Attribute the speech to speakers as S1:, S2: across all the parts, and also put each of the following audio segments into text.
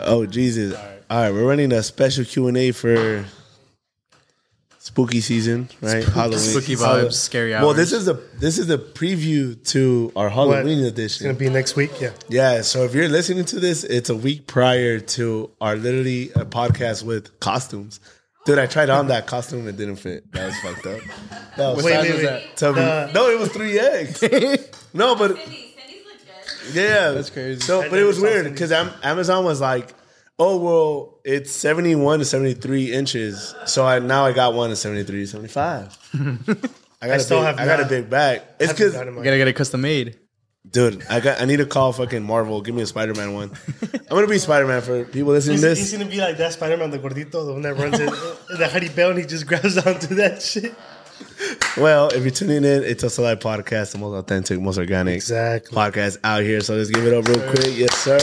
S1: Oh Jesus! All right. we're running a special Q and A for spooky season, right? Halloween.
S2: spooky vibes,
S1: Hall-
S2: scary
S1: Well, this
S2: hours.
S1: is a this is a preview to our Halloween
S3: It's gonna
S1: edition.
S3: be next week. Yeah.
S1: Yeah, so if you're listening to this, it's a week prior to our literally a podcast with costumes. Dude, I tried on that costume and it didn't fit. That was fucked up. That was
S3: Wait,
S1: sad.
S3: wait,
S2: was
S3: wait.
S2: that?
S1: Tell me-
S3: The-
S1: no, it was three eggs. no, but
S4: Cindy, Cindy's legit.
S1: yeah,
S2: That's crazy.
S1: So, but it was weird because Amazon was like, "Oh well, it's seventy one to seventy three inches." So I now I got one at 73, 75. I got a
S3: still
S1: big,
S3: have
S1: I got a
S3: not-
S1: big back. It's
S3: Haven't
S1: because
S3: gotten
S2: You
S3: mine.
S2: gotta get it custom made.
S1: dude, I got I need to call fucking Marvel. Give me a Spider Man one. I'm gonna be Spider Man for people listening
S3: He's,
S1: to
S3: he's
S1: this.
S3: gonna be like that Spider-Man, the gordito, the one that runs in, in the honey bell, and he just grabs onto that shit.
S1: Well, if you're tuning in, it's also live podcast, the most authentic, most organic
S3: Exactly.
S1: podcast out here. So let's give it up real quick. Yes, sir.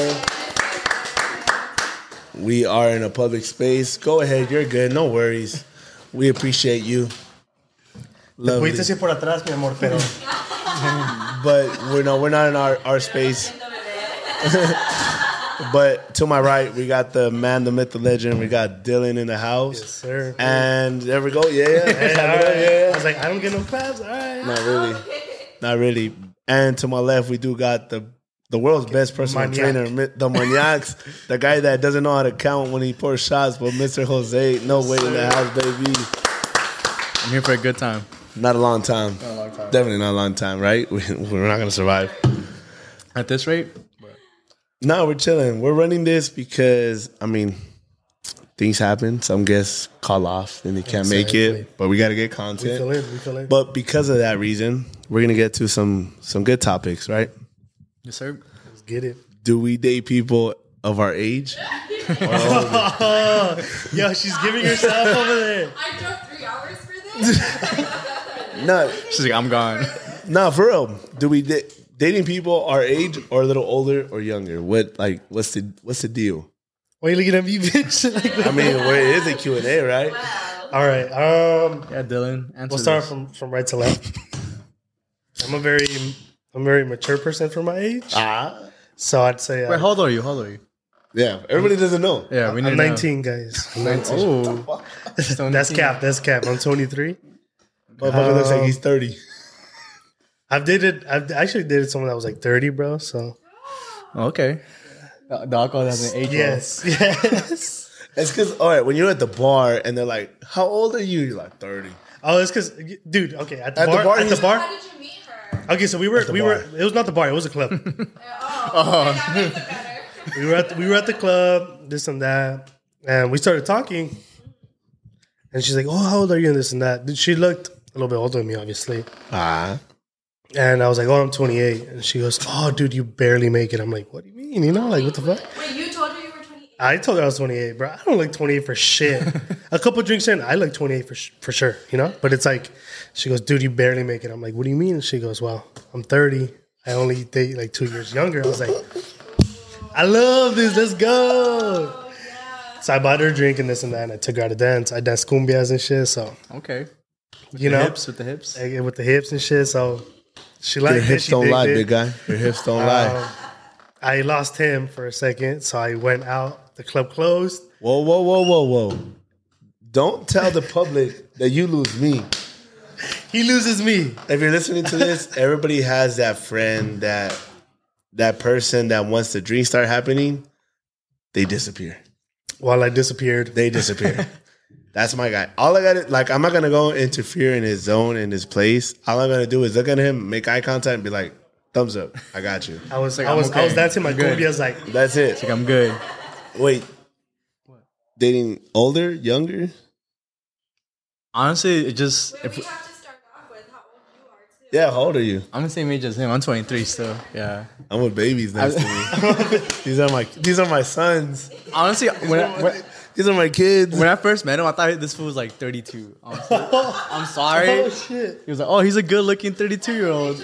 S1: We are in a public space. Go ahead, you're good. No worries. We appreciate you. Lovely.
S3: Pudiste ir por atrás, mi amor, pero
S1: But we're no, we're not in our, our space. But to my right, we got the man, the myth, the legend. We got Dylan in the house.
S3: Yes, sir.
S1: And there we go. Yeah, yeah.
S3: Hey, all
S1: yeah,
S3: right.
S1: yeah.
S3: I was like, I don't get no claps. All right.
S1: Not really. Not really. And to my left, we do got the the world's best personal
S3: Maniac.
S1: trainer, Mi- the maniacs, the guy that doesn't know how to count when he pours shots, but Mr. Jose, no way in the house, baby.
S2: I'm here for a good time.
S1: Not a long time. Definitely not a long time, right? We, we're not gonna survive.
S2: At this rate,
S1: No, we're chilling. We're running this because I mean, things happen. Some guests call off and they can't make
S3: Exactly.
S1: it, but we gotta get
S3: We
S1: content.
S3: feel in. We feel in.
S1: But because of that reason, we're gonna get to some some good topics, right?
S2: yes, sir.
S3: Let's get it.
S1: Do we date people of our age?
S3: Yo, she's giving herself over there.
S4: I drove three hours for this.
S1: No,
S2: She's like, I'm gone.
S1: no, for real. Do we da- dating people our age or a little older or younger? What like what's the what's the deal?
S3: Why you looking at me, bitch? Like,
S1: I mean, where it is a Q and A, right?
S3: all right. Um,
S2: Yeah, Dylan. Answer
S3: we'll start
S2: this.
S3: from from right to left. I'm a very I'm a very mature person for my age,
S1: Ah,
S3: so I'd say uh,
S2: Wait,
S3: I,
S2: how old are you? How old are you?
S1: yeah. Everybody doesn't know.
S2: Yeah, we need
S3: I'm
S2: to know.
S3: 19, guys.
S2: Oh,
S3: That's cap. That's cap. I'm 23.
S1: Motherfucker looks like he's thirty.
S3: I've dated. I've actually dated someone that was like 30, bro. So
S2: Oh, Okay. The, the alcohol doesn't age. well.
S3: yes, yes.
S1: It's because all right, when you're at the bar and they're like, "How old are you?" You're like thirty.
S3: Oh, it's because, dude. Okay, at the
S1: At the
S3: bar.
S1: bar,
S3: at the
S1: he's-
S4: How
S3: bar.
S4: did you meet her?
S3: Okay, so we were we were.
S1: bar.
S3: It was not the bar. It was a club.
S4: Oh, oh. that makes it better.
S3: we were at the, we were at the club, this and that, and we started talking. And she's like, "Oh, how old are you?" And this and that. Dude, she looked a little bit older than me, obviously.
S1: Ah,
S3: And I was like, "Oh, I'm 28." And she goes, "Oh, dude, you barely make it." I'm like, "What do you mean? You know, like what the fuck?"
S4: Wait, you told her you were 28.
S3: I told her I was 28, bro. I don't look 28 for shit. a couple drinks in, I look 28 for sh- for sure, you know. But it's like, she goes, "Dude, you barely make it." I'm like, "What do you mean?" And she goes, "Well, I'm 30. I only date like two years younger." I was like, "I love this. Let's go." So I bought her a drink and this and that, and I took her out to dance. I danced cumbias and shit, so
S2: Okay.
S3: you know,
S2: The hips with the hips.
S3: like, with the hips and shit. So she liked
S1: your
S3: it.
S1: hips
S3: she
S1: don't
S3: digged
S1: lie,
S3: it.
S1: big guy. Your hips don't lie.
S3: I lost him for a second, so I went out. The club closed.
S1: Whoa, whoa, whoa, whoa, whoa! Don't tell the public that you lose me.
S3: He loses me.
S1: if you're listening to this, everybody has that friend that that person that once the dreams start happening, they disappear.
S3: While I disappeared.
S1: They disappear. That's my guy. All I got to like I'm not gonna go interfere in his zone in his place. All I'm gonna do is look at him, make eye contact, and be like, thumbs up, I got you.
S3: I was
S2: It's like,
S3: I
S2: I'm
S3: was I
S2: okay.
S3: was dancing my
S2: I'm good.
S3: cumbia. I was like,
S1: That's it.
S2: Like, I'm good.
S1: Wait. Dating older, younger?
S2: Honestly, it just.
S4: Wait,
S2: If,
S4: we have to start off with how old you are, too.
S1: Yeah, how old are you?
S2: I'm the same age as him. I'm 23 still. Yeah.
S1: I'm with babies next to me. these are my these are my sons.
S2: Honestly, when I, when,
S1: These are my kids.
S2: when I first met him, I thought this fool was like 32. Honestly. I'm sorry.
S3: oh shit.
S2: He was like, "Oh, he's a good-looking 32-year-old."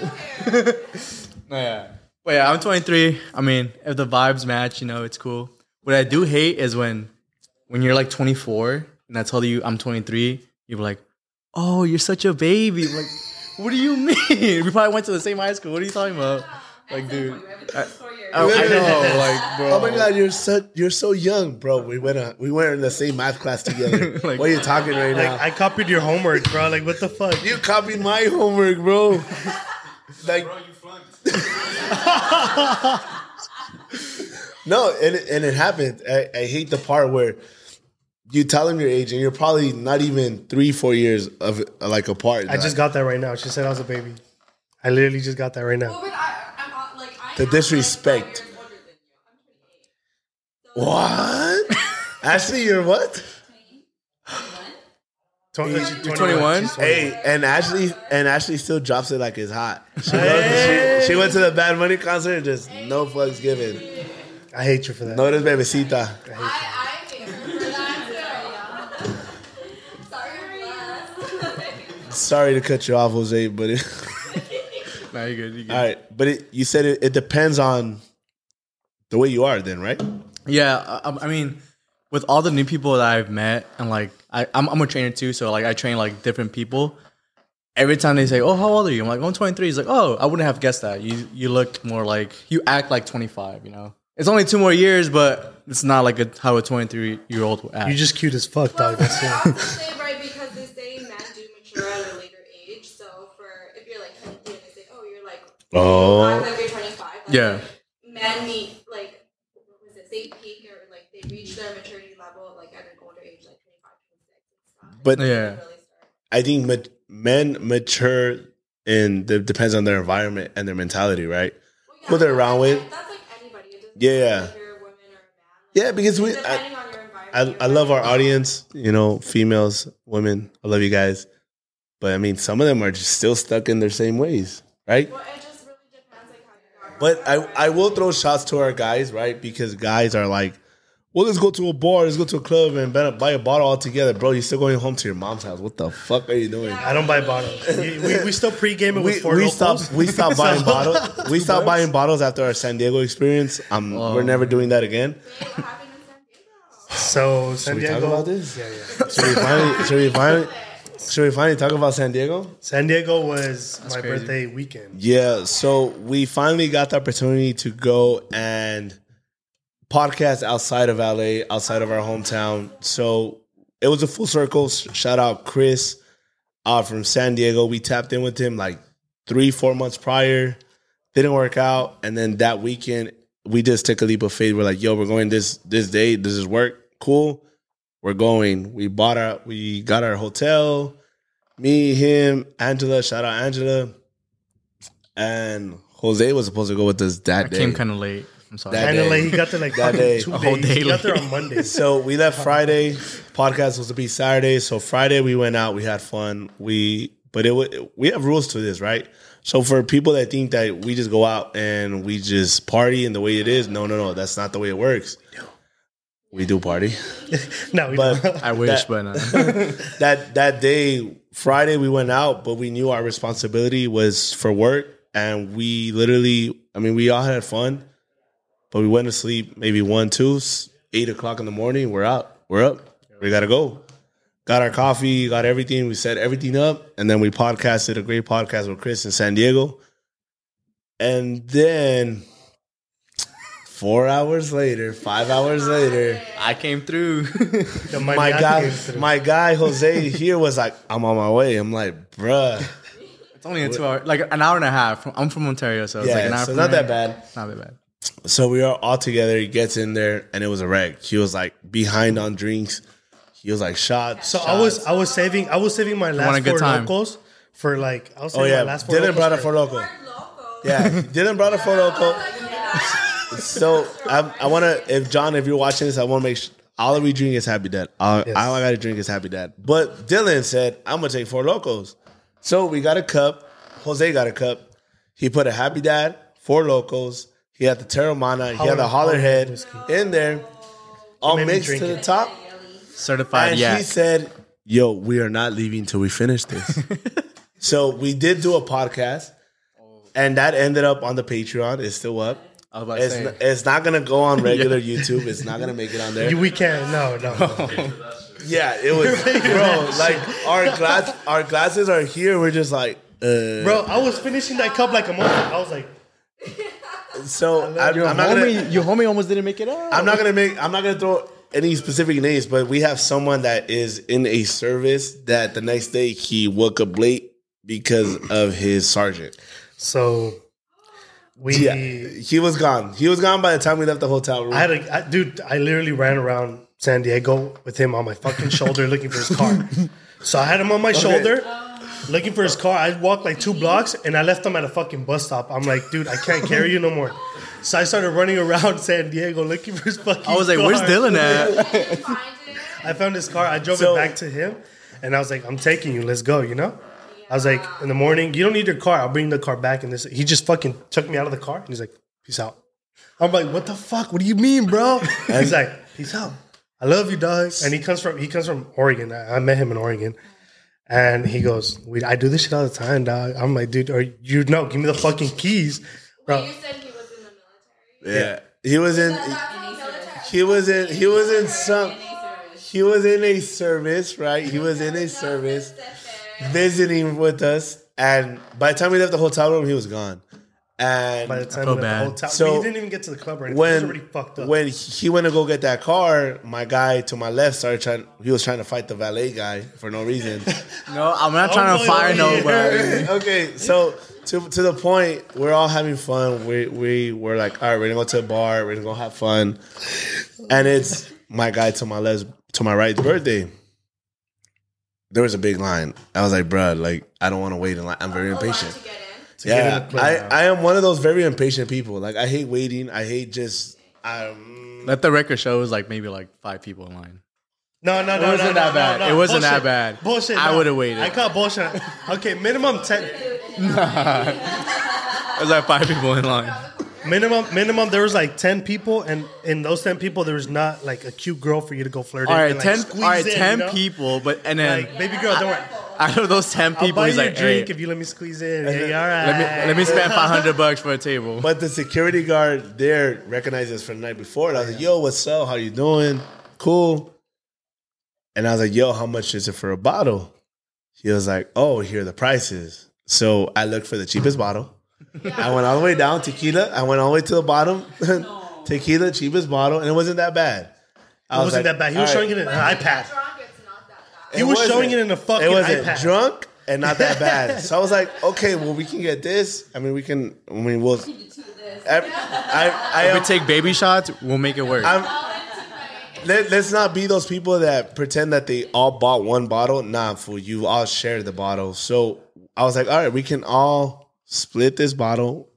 S2: no, yeah. But yeah, I'm 23. I mean, if the vibes match, you know, it's cool. What I do hate is when, when you're like 24 and I tell you I'm 23, you're like, "Oh, you're such a baby." I'm like, what do you mean? We probably went to the same high school. What are you talking about? Like, dude.
S4: I, was four years.
S2: I, I know, like, bro.
S1: Oh my god, you're so you're so young, bro. We went uh, we went in the same math class together.
S2: Like-
S1: what are you talking right now?
S3: Like I copied your homework, bro. Like what the fuck?
S1: you copied my homework, bro. like
S5: Bro, you flunked.
S1: No, and it, and it happened. I, I hate the part where you tell them your age and you're probably not even three, four years of like apart.
S3: I just got that right now. She said I was a baby. I literally just got that right now.
S4: Well, but I, I'm on- like, I
S1: The
S4: am, like, five
S1: disrespect.
S4: years older than you. I'm 28.
S1: what? Ashley, you're what?
S3: Tw- uh, she's
S2: 21?
S3: She's 21.
S1: Hey, and Ashley and Ashley still drops it like it's hot. She, goes- she, she went to the Bad Money concert and just no fucks given.
S3: I hate you for that.
S1: No, this bebecita.
S4: I, I am for that too. Sorry,
S1: Sorry to cut you off, Jose, but it,
S2: Nah, you're good. You're good.
S1: all right. But it, you said it, it depends on the way you are, then, right?
S2: Yeah, I, I mean, with all the new people that I've met, and like I, I'm, I'm a trainer too, so like I train like different people. Every time they say, "Oh, how old are you?" I'm like, "I'm 23." He's like, "Oh, I wouldn't have guessed that. You you look more like you act like 25. You know, it's only two more years, but it's not like a, how a 23 year old would act."
S3: You just cute as fuck,
S4: Well,
S3: dog.
S4: but
S3: That's
S4: I
S3: it.
S4: also say right because they say men do mature at a later age. So for if you're like healthy and they say, oh, you're like
S1: Oh.
S4: I'm like you're 25. Like,
S2: Yeah.
S4: Men meet like what was it? They peak or like they reach their maturity level like at an older age, like 25, 26 and stuff.
S1: But
S2: yeah,
S4: Really start.
S1: I think mat- men mature in the, depends on their environment and their mentality, right? Who they're around
S4: that's-
S1: with.
S4: That's like anybody. It doesn't
S1: Yeah,
S4: matter
S1: yeah.
S4: if you're a woman or a man. Like,
S1: Yeah, because we I,
S4: Depending on your environment.
S1: I,
S4: your
S1: I love our
S4: environment.
S1: audience, you know, females, women. I love you guys, but I mean, some of them are just still stuck in their same ways, right?
S4: Well, it just really depends like how you are.
S1: But I I will throw shots to our guys, right? Because guys are like, well, let's go to a bar, let's go to a club, and buy a- buy a bottle all together, bro. You're still going home to your mom's house. What the fuck are you doing?
S3: I don't buy bottles. We, we, we still pregame it
S1: we,
S3: with four
S1: we
S3: locals.
S1: stopped we stopped buying bottles. We stopped buying bottles after our San Diego experience. Um, we're never doing that again.
S4: It happened in San
S3: So
S4: Diego.
S3: San
S1: we talk
S3: Diego.
S1: about this?
S3: Yeah, yeah.
S1: Should we finally should we finally should we finally talk about San Diego?
S3: San Diego was my
S2: crazy.
S3: birthday weekend.
S1: Yeah, so we finally got the opportunity to go and podcast outside of LA, outside of our hometown. So it was a full circle. S- Shout out Chris uh, from San Diego. We tapped in with him like three, four months prior. Didn't work out, and then that weekend we just took a leap of faith. We're like, "Yo, we're going this this day. This is work. Cool. We're going." We bought our, we got our hotel. Me, him, Angela. Shout out Angela. And Jose was supposed to go with us that
S2: I
S1: day.
S2: came kind of late. I'm sorry.
S1: That-
S3: And then like
S1: day.
S3: he got there like
S1: That
S3: fucking
S1: day.
S3: two
S1: A
S2: whole
S3: days.
S2: day
S3: he got there
S2: late.
S3: on Monday.
S1: so we left Friday. Podcast was to be Saturday. So Friday we went out. We had fun. We but it wa- we have rules to this, right? So for people that think that we just go out and we just party and the way it is, no, no, no, that's not the way it works. We do party,
S3: No, we
S1: but
S2: I wish,
S1: that-
S2: but uh, no.
S1: that that day Friday we went out, but we knew our responsibility was for work, and we literally, I mean, we all had fun, but we went to sleep maybe one, two, s- eight o'clock in the morning. We're out, we're up, we gotta go. Got our coffee, got everything, we set everything up, and then we podcasted a great podcast with Chris in San Diego, and then. Four hours later, five hours later,
S2: I came through.
S3: the
S1: my
S3: Maniac
S1: guy,
S3: came through.
S1: my guy Jose here was like, "I'm on my way." I'm like, "Bruh,
S2: it's only a two hour, like an hour and a half. I'm from Ontario, so it's like an
S1: yeah."
S2: hour.
S1: so
S2: from
S1: not
S2: here.
S1: that bad.
S2: Not that bad.
S1: So we are all together. He gets in there, and it was a wreck. He was like behind on drinks. He was like shots. Oh,
S3: So I
S1: shots.
S3: was I was saving I was saving my
S2: want
S3: last
S2: a good
S3: four
S2: time.
S3: locals for like I was
S1: Oh
S3: saving
S1: yeah,
S3: my last four
S1: Dylan
S3: locals
S1: brought a
S3: for-
S1: four local.
S4: We're local.
S1: Yeah, Dylan brought a four local. So I, I want to. If John, if you're watching this, I want to make sure all that we drink is Happy Dad. All,
S3: Yes.
S1: all I got to drink is Happy Dad. But Dylan said, "I'm gonna take four locos." So we got a cup. Jose got a cup. He put a Happy Dad, four locos. He had the Terramana. He had the
S3: Holler-
S1: Holler Head
S3: whiskey.
S1: in there, all
S3: made me
S1: mixed
S3: drink
S1: to the
S3: it.
S1: top.
S2: Certified,
S1: And
S2: yeah.
S1: he said, "Yo, we are not leaving till we finish this." so we did do a podcast, and that ended up on the Patreon. It's still up.
S2: I was about to
S1: It's
S2: say.
S1: n- it's not gonna go on regular YouTube. It's not gonna make it on there.
S3: You- we can't no no.
S1: yeah, it was, bro. Like our glass, our glasses are here. We're just like, uh,
S3: Bro, I was finishing that cup like a month. I was like
S1: so I
S2: Your
S1: am not
S2: homie,
S1: gonna.
S2: your homie almost didn't make it out.
S1: I'm not gonna make. I'm not gonna throw any specific names, but we have someone that is in a service that the next day he woke up late because of his sergeant.
S3: So we,
S1: Yeah, he was gone. He was gone by the time we left the hotel room.
S3: I had a I, dude. I literally ran around San Diego with him on my fucking shoulder looking for his car. So I had him on my shoulder. Looking for his car, I walked like two blocks and I left him at a fucking bus stop. I'm like, dude, I can't carry you no more. So I started running around San Diego looking for his fucking.
S2: I was like, "Where's
S3: car.
S2: Dylan at?"
S4: Did you find it?
S3: I found his car. I drove
S1: So-
S3: it back to him, and I was like, "I'm taking you. Let's go." You know. I was like, "In the morning, you don't need your car. I'll bring the car back." And this, he just fucking took me out of the car, and he's like, "Peace out." I'm like, "What the fuck? What do you mean, bro?" he's like, "Peace out. I love you, dog." And he comes from he comes from Oregon. I, I met him in Oregon. And he goes, we, I do this shit all the time, dog. I'm like, dude, are you no? Give me the fucking keys, bro.
S4: You said he was in the military.
S1: yeah, he was in.
S4: That's how military.
S1: He was in. He was in some. He was in a service, right? He was in a service. visiting with us, and by the time we left the hotel room, he was gone. And
S3: By the time
S2: feel
S3: we left
S2: bad.
S3: the hotel,
S1: So,
S3: so, didn't even get to the club or anything. When,
S1: when
S3: was already fucked up.
S1: when he went to go get that car, my guy to my left started trying. He was trying to fight the valet guy for no reason.
S2: No, I'm not trying to
S3: boy,
S2: fire
S3: yeah.
S2: nobody.
S1: okay, so to to the point, we're all having fun. We we were like, all right, we're gonna go to a bar. We're gonna go have fun, and it's my guy to my left, to my right's birthday. There was a big line. I was like, bruh, like I don't want to wait in line. I'm very impatient.
S4: To get in.
S1: yeah,
S3: Oh, get in the
S1: I,
S3: club.
S1: I am one of those very impatient people. Like I hate waiting. I hate just um,
S2: Let the record show it was like maybe like five people in line.
S3: No, no, no.
S2: wasn't
S3: no,
S2: that
S3: no,
S2: bad.
S3: no,
S2: It wasn't that
S3: Bullshit.
S2: bad.
S3: Bullshit.
S2: I
S3: no.
S2: would've waited.
S3: I caught bullshit. Okay, minimum ten.
S2: It was like five people in line.
S3: Minimum, minimum. There was like ten people, and in those ten people, there was not like a cute girl for you to go flirting.
S2: All right,
S3: and, like,
S2: ten. All
S3: squeeze
S2: right,
S3: in,
S2: ten
S3: you know?
S2: people. But and then
S3: Like, baby girl, don't worry.
S2: out of those ten
S3: I'll
S2: people,
S3: buy you
S2: he's
S3: a
S2: like, "Hey,
S3: drink if you let me squeeze in. Hey, all right.
S2: let me let me spend five hundred bucks for a table."
S1: But the security guard there recognized us from the night before. And I was like, yo, what's up? How you doing? Cool. And I was like, yo, how much is it for a bottle? He was like, oh, here are the prices. So I looked for the cheapest bottle. I went all the way down, tequila. I went all the way to the bottom, tequila, cheapest bottle. And it wasn't that bad. I
S3: it wasn't
S1: like,
S3: that bad. He was
S1: all right.
S3: showing it in an iPad.
S4: Drunk, it's not that
S3: He was
S1: wasn't.
S3: showing it in a fucking
S1: It wasn't
S3: iPad.
S1: drunk and not that bad. so I was like, okay, well, we can get this. I mean, we can, I mean, we'll.
S4: bad.
S1: I, I, I
S2: If
S1: am
S2: we take baby shots, we'll make it work.
S1: I'm- Let, let's not be those people that pretend that they all bought one bottle. Nah, fool, you all shared the bottle. So I was like, all right, we can all split this bottle.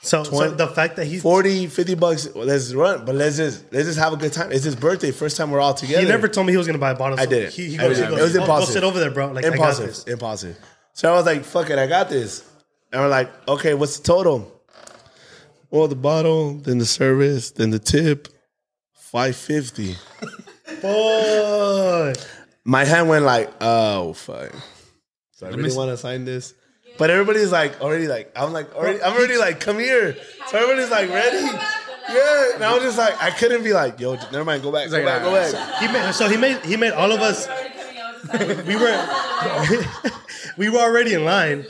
S3: So, so
S1: 20
S3: the fact that he
S1: 40, 50 bucks. Let's run, but let's just let's just have a good time. It's his birthday. First time we're all together.
S3: he never told me he was gonna buy a bottle.
S1: I
S3: so
S1: didn't.
S3: He, he
S1: I
S3: goes, he
S1: didn't.
S3: goes,
S1: It was
S3: "Oh, go
S1: impulsive.
S3: sit over there, bro. Like I got
S1: Impulsive.
S3: this.
S1: Impulsive. So I was like, fuck it, I got this. And we're like, okay, what's the total? Well, the bottle, then the service, then the tip, five fifty.
S3: Boy.
S1: my hand went like, oh fuck. So I
S2: me
S1: really
S2: s-
S1: want to sign this. But everybody's like already like I'm like already I'm already like come here. So everybody's like ready. Yeah. And I was just like I couldn't be like, yo, never mind, go back, go
S2: like,
S1: back,
S2: nah,
S1: go
S2: nah.
S1: back.
S3: He made, so he made he made all of us. We were we were already in line,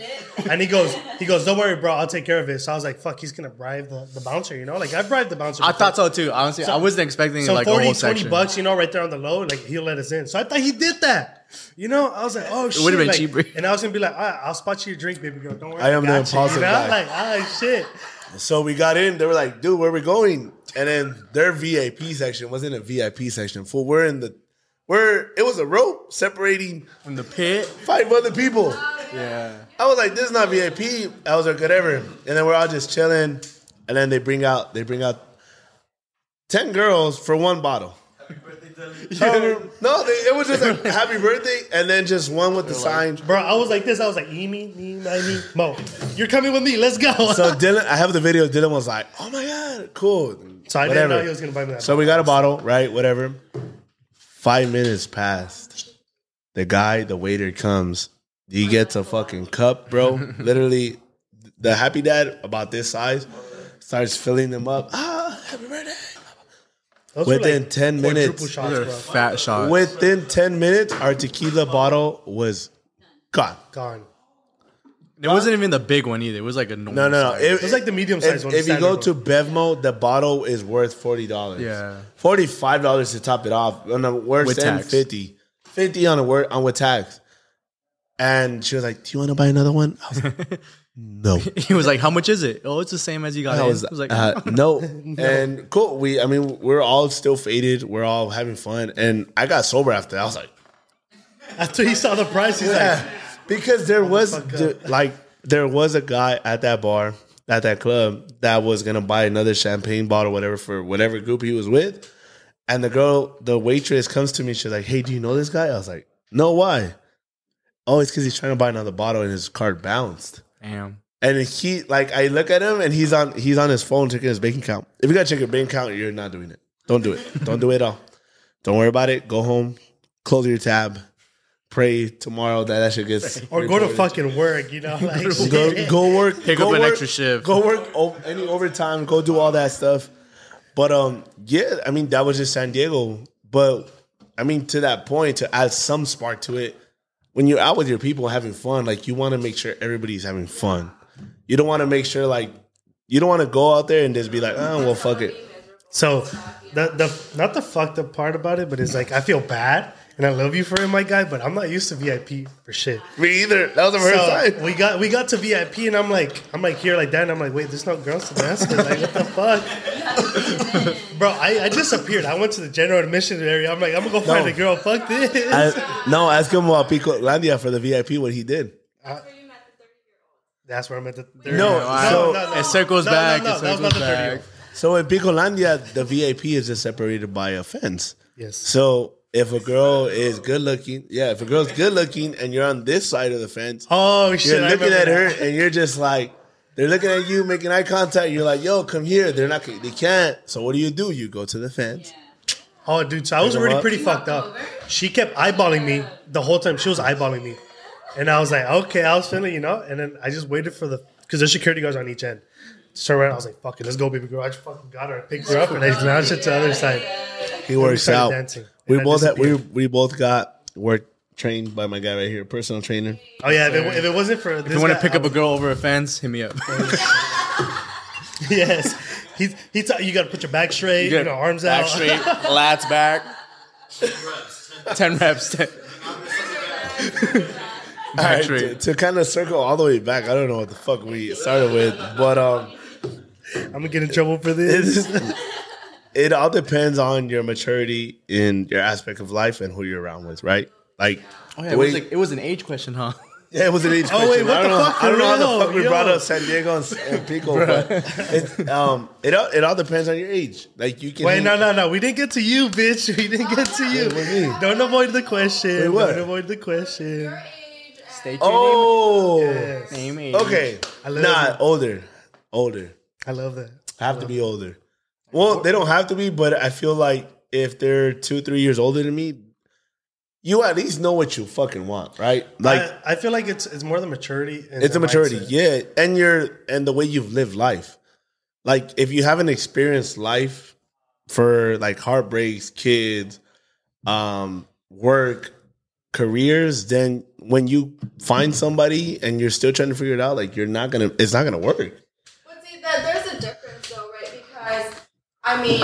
S3: and he goes he goes, "Don't worry, bro, I'll take care of it." So I was like, "Fuck, he's gonna bribe the, the bouncer," you know? Like I bribed the bouncer.
S2: I
S3: before.
S2: thought so too. Honestly, I wasn't expecting
S3: So
S2: like a
S3: 40,
S2: whole
S3: 20
S2: section.
S3: bucks, you know, right there on the low, like he'll let us in. So I thought he did that. You know, I was like, oh shit.
S2: would've been
S3: like-
S2: cheaper.
S3: And I was gonna be like, All right, I'll spot you a drink, baby girl. Don't worry.
S1: I am the
S3: got you,"
S1: impulsive
S3: you know?
S1: guy.
S3: Like, ah shit.
S1: So we got in, they were like, dude, where we going? And then their VIP section wasn't a VIP section. Fool, we're in the we're it was a rope separating
S2: from the pit.
S1: five other people.
S2: Yeah.
S1: I was like, this is not VIP. I was like, whatever. And then we're all just chilling. And then they bring out they bring out ten girls for one bottle. Um, no, they, it was just like happy birthday, and then just one with the sign.
S3: Bro, I was like this. I was like, "E, Emi, Nima, Emi, Mo, you're coming with me. Let's go.
S1: So Dylan, I have the video. Dylan was like, "Oh my god, cool."
S3: So I didn't
S1: Whatever.
S3: know he was gonna buy me that.
S1: So we got a bottle, right? Whatever. Five minutes passed. The guy, the waiter comes. He gets a fucking cup, bro. Literally, the happy dad about this size starts filling them up. Ah, happy birthday.
S3: Those were,
S1: within 10 minutes.
S3: quadruple Shots,
S2: Those are
S3: bro.
S2: fat shots.
S1: Within 10 minutes, our tequila bottle was gone.
S3: Gone.
S2: It wasn't even the big one either. It was like a normal
S1: No, no, no.
S2: size.
S1: It,
S3: It was like the medium-sized
S1: if,
S3: one,
S1: If you go to
S3: standard
S1: Bevmo, the bottle is worth forty dollars.
S2: Yeah.
S1: forty-five dollars to top it off. On the worst
S2: With
S1: end,
S2: tax.
S1: fifty. Fifty on a word on with tax. And she was like, "Do you want to buy another one?" I was like, "No."
S2: he was like, "How much is it?" Oh, it's the same as you got.
S1: I
S2: in."
S1: was,
S2: I was like,
S1: uh, no. And cool. We, I mean, we're all still faded. We're all having fun. And I got sober after that. I was like,
S3: After he saw the price, he's
S1: Yeah, because there was
S3: fuck
S1: the- like there was a guy at that bar at that club that was gonna buy another champagne bottle, whatever, for whatever group he was with. And the girl, the waitress, comes to me. She's like, "Hey, do you know this guy?" I was like, "No, why?" Oh, it's because he's trying to buy another bottle and his card bounced.
S2: "Damn."
S1: And he, like, I look at him and he's on he's on his phone checking his bank account. If you gotta check your bank account, you're not doing it. Don't do it. Don't do it at all. Don't worry about it. Go home, close your tab, pray tomorrow that that shit gets
S3: like, or go to fucking work, you know? Like,
S1: go, go work.
S2: Pick
S1: go
S2: up an
S1: work-
S2: extra shift.
S1: Go work o- any overtime. Go do all that stuff. But um, yeah, I mean that was just San Diego. But I mean to that point, to add some spark to it, when you're out with your people having fun, like you want to make sure everybody's having fun. You don't want to make sure like you don't want to go out there and just be like, oh well, fuck it.
S3: So the the not the fucked up part about it, but it's like I feel bad and I love you for it, my guy, but I'm not used to VIP for shit.
S1: Me either. That was the first
S3: So
S1: time.
S3: we got we got to VIP and I'm like I'm like here like that and I'm like wait there's no girls to dance with like what the fuck bro I, I disappeared I went to the general admission area I'm like I'm gonna go find a girl fuck this
S1: I- no, ask him about Pico Landia for the VIP. What he did.
S3: that's where I'm at the third
S1: No, so-
S2: It circles back, it
S3: that was
S2: circles
S3: not the third
S2: back.
S3: year.
S1: So in Picolandia, the VIP is just separated by a fence.
S3: yes
S1: So if a girl is good looking, yeah, if a girl's good looking and you're on this side of the fence,
S3: oh shit
S1: you're
S3: I
S1: looking
S3: remember
S1: at
S3: that.
S1: her and you're just like, they're looking at you, making eye contact. You're like, yo, come here. They're not, they can't. So what do you do? You go to the fence.
S3: Oh, dude, so I was
S1: Pick 'em
S3: already
S1: up.
S3: pretty fucked up. She kept eyeballing me the whole time. She was eyeballing me. And I was like, okay, I was feeling, you know? And then I just waited for the, because there's security guards on each end. Just turned around, I was like, fuck it, let's go, baby girl. I just fucking got her. I picked her up and I just launched it to the other side.
S1: He works
S3: started
S1: out.
S3: dancing.
S1: We
S3: And I
S1: both had, we,
S3: disappeared.
S1: we both got work trained by my guy right here, personal trainer.
S3: Oh, yeah, if it, if it wasn't for this.
S2: If you want
S3: guy,
S2: to pick
S3: I
S2: up a girl over a fence, hit me up.
S3: would- Yes. He, he taught you got to put your back straight, you, know, arms out.
S2: lats back. Ten reps. Ten.
S1: All right,
S2: Back
S1: to,
S2: straight.
S1: to kind of circle all the way back, I don't know what the fuck we started with, but um,
S3: I'm going to get in trouble for
S1: it,
S3: this.
S1: is- it all depends on your maturity in your aspect of life and who you're around with, right? Like,
S2: Oh, yeah,
S1: the
S2: it
S1: way-
S2: was like it was an age question, huh?
S1: yeah, it was an age question.
S3: Oh, wait, what
S1: I don't
S3: the
S1: know,
S3: fuck?
S1: I don't know how
S3: Yo,
S1: the fuck we
S3: yo.
S1: brought up San Diego and, and Pico, but it's, um, it all, it all depends on your age. Like, you can
S3: Wait, no, no, no. We didn't get to you, bitch. We didn't get to you.
S1: Wait, what do you mean?
S3: Don't avoid the question.
S1: Wait, what?
S3: Don't avoid the question.
S4: Your age and
S2: Stay tuned.
S1: Oh,
S2: Same age.
S1: okay,
S3: I love
S1: nah,
S3: you.
S1: older, older.
S3: I love that.
S1: Have to be older. Well, they don't have to be, but I feel like if they're two, three years older than me, you at least know what you fucking want, right? Like,
S3: I, I feel like it's it's more the maturity. And
S1: it's a
S3: the
S1: maturity
S3: mindset.
S1: yeah and your and the way you've lived life like if you haven't experienced life for like heartbreaks kids um work careers then when you find somebody and you're still trying to figure it out like you're not gonna it's not gonna work
S4: But see, that there's a difference though, right? Because I mean,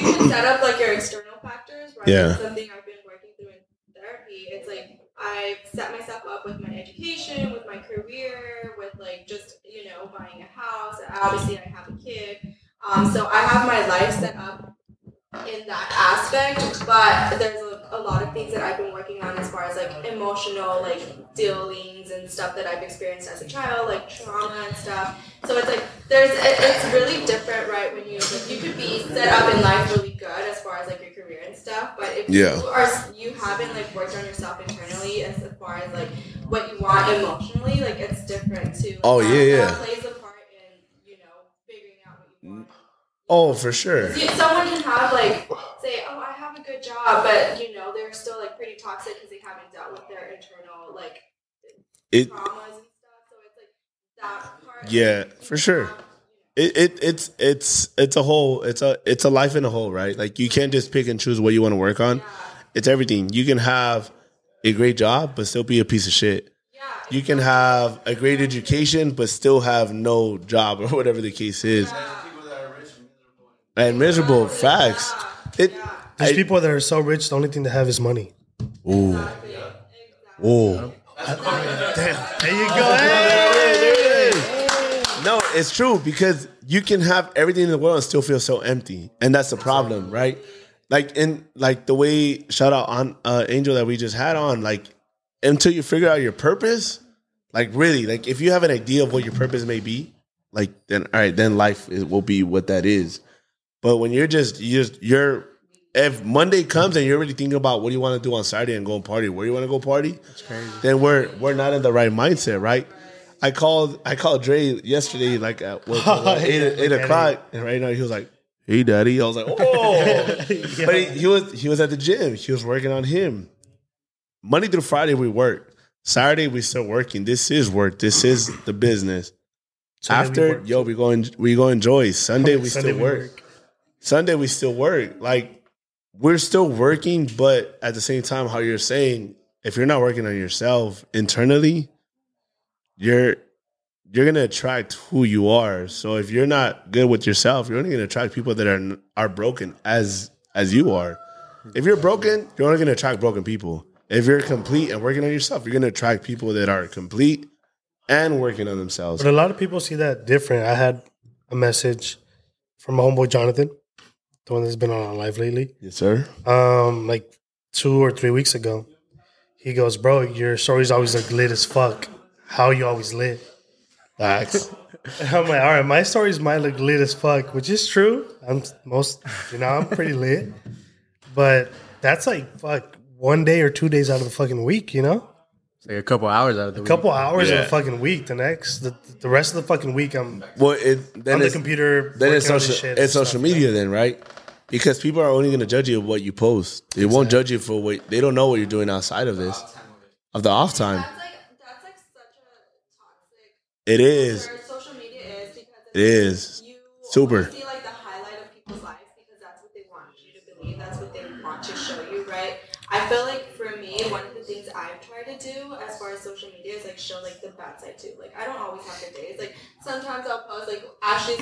S4: you can set up like your external factors, right?
S1: Yeah.
S4: That's Something I've been working through in therapy. It's like I've set myself up with my education, with my career, with like just you know buying a house. Obviously, I have a kid, um, so I have my life set up in that aspect, but there's a, a lot of things that I've been working on as far as like emotional like dealings and stuff that I've experienced as a child, like trauma and stuff. So it's like there's it, it's really different, right? When you like, you could be set up in life really good as far as like your career and stuff, but if
S1: Yeah.
S4: you are you haven't like worked on yourself internally as far as like what you want emotionally, like it's different too. Like,
S1: Oh,
S4: that-
S1: yeah,
S4: that
S1: yeah.
S4: plays a part in you know figuring out what you want.
S1: oh for sure
S4: Yeah, someone can have like say, "Oh, I have a good job," but you know they're still like pretty toxic because they haven't dealt with their internal like
S1: it
S4: traumas and stuff. So it's like that part.
S1: Yeah, for sure. it, it it's it's it's a whole it's a it's a life in a whole right like you can't just pick and choose what you want to work on it's everything you can have a great job but still be a piece of shit
S4: Yeah,
S1: you can have a great education but still have no job or whatever the case is. And miserable facts. It
S3: There's
S1: I-
S3: people that are so rich, the only thing they have is money.
S1: ooh ooh.
S3: There you go. Hey!
S1: No, it's true because you can have everything in the world and still feel so empty, and that's the problem, right? Like in like the way shout out on uh, Angel that we just had on, like until you figure out your purpose, like really, like if you have an idea of what your purpose may be, like then all right, then life is, will be what that is. But when you're just you just you're if Monday comes and you're already thinking about what do you want to do on Saturday and go and party, where you want to go party, then we're we're not in the right mindset, right? I called I called Dre yesterday like at what,
S3: Oh,
S1: eight,
S3: yeah,
S1: eight
S3: look at
S1: o'clock, and right now he was like, "Hey, daddy," I was like, "Oh," but he, he was he was at the gym, he was working on him. Monday through Friday we work. Saturday we still working. This is work. This is the business.
S3: Sunday we
S1: After
S3: work.
S1: yo, we go en- we go enjoy. Sunday we
S3: Sunday
S1: still work. Sunday we still work. Like we're still working, but at the same time, how you're saying, if you're not working on yourself internally, you're you're gonna attract who you are. So if you're not good with yourself, you're only gonna attract people that are are broken as as you are. If you're broken, you're only gonna attract broken people. If you're complete and working on yourself, you're gonna attract people that are complete and working on themselves.
S3: But a lot of people see that different. I had a message from my homeboy Jonathan, the one that's been on our live lately.
S1: Yes, sir.
S3: um, like two or three weeks ago. He goes, bro, your story's always like lit as fuck. How you always lit?
S1: Facts.
S3: And I'm like, all right, my stories might look lit as fuck, which is true. I'm most, you know, I'm pretty lit, but that's like fuck one day or two days out of the fucking week, you know,
S2: It's like a couple hours out of the
S3: a couple hours of
S1: Yeah.
S3: the fucking week. The next, the, the rest of the fucking week, I'm
S1: Well, it, then
S3: on the
S1: it's-
S3: computer.
S1: then it's
S3: working on
S1: social
S3: this shit
S1: it's
S3: and
S1: social
S3: stuff.
S1: media then right because people are only going to judge you of what you post they won't judge you for what they don't know what you're doing outside of this of the off time
S4: That's like that's like such a toxic.
S1: it is
S4: Where social media is because
S1: It is.
S4: You
S1: Super.
S4: only see like the highlight of people's lives because that's what they want you to believe. That's what they want to show you, right? I feel like for me, one of the things I've tried to do as far as social media is like show like the bad side too. Like I don't always have good days. Like sometimes I'll post like Ashley's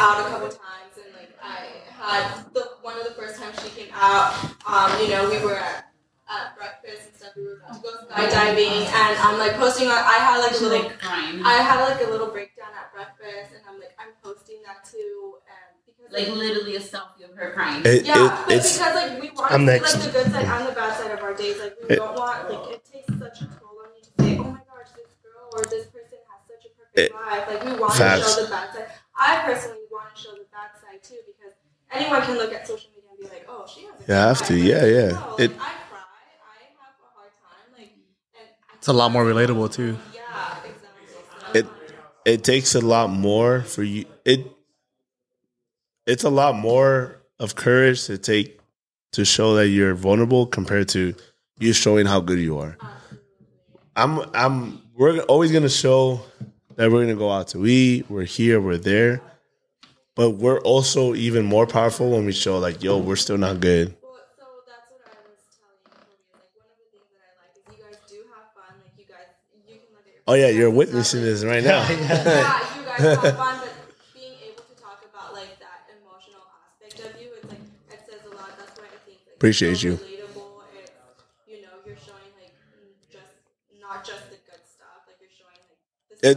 S4: out a couple times, and like I had the one of the first times she came out. Um, you know, we were at at breakfast and stuff. We were about to go skydiving, and I'm like posting. on I had like a little
S5: crime.
S4: I had like a little breakdown at breakfast, and I'm like, I'm posting that too, and because
S5: like literally a selfie of her crying.
S1: it,
S4: yeah,
S1: it,
S4: but
S1: it's
S4: because like we want
S3: I'm
S4: to
S3: next.
S4: see like the good side and the bad side of our days. Like we
S1: It-
S4: don't want like it takes such a toll on you to say, oh my gosh, this girl or this person has such a
S1: It-
S4: perfect life. Like we want
S1: Facts.
S4: to show the bad side. I personally want to show the bad side too because anyone can look at social media and be like, oh, she has. A
S1: You have to, yeah, yeah.
S4: It,
S1: It-
S4: I cry. I have a hard time. Like, and I-
S2: It's a lot more relatable too.
S4: Yeah, exactly.
S1: it it takes a lot more for you it it's a lot more of courage to take to show that you're vulnerable compared to you showing how good you are i'm i'm we're always going to show that we're going to go out to eat we're here we're there but we're also even more powerful when we show like yo we're still not good
S4: Well, so that's what I was telling you. Kobe, Like one of the things that I like is you guys do have fun. Like you guys, you can look at your.
S1: oh yeah you're
S4: podcast and
S1: witnessing
S4: stuff,
S1: this right now
S4: like, Yeah, you guys have fun, but being able to talk about like that emotional aspect of you, it's like it says a lot. That's why I think. Like,
S1: Appreciate
S4: it's
S1: you.
S4: so Relatable. It's, you know, you're showing like mm, just not just the good stuff. Like you're showing like the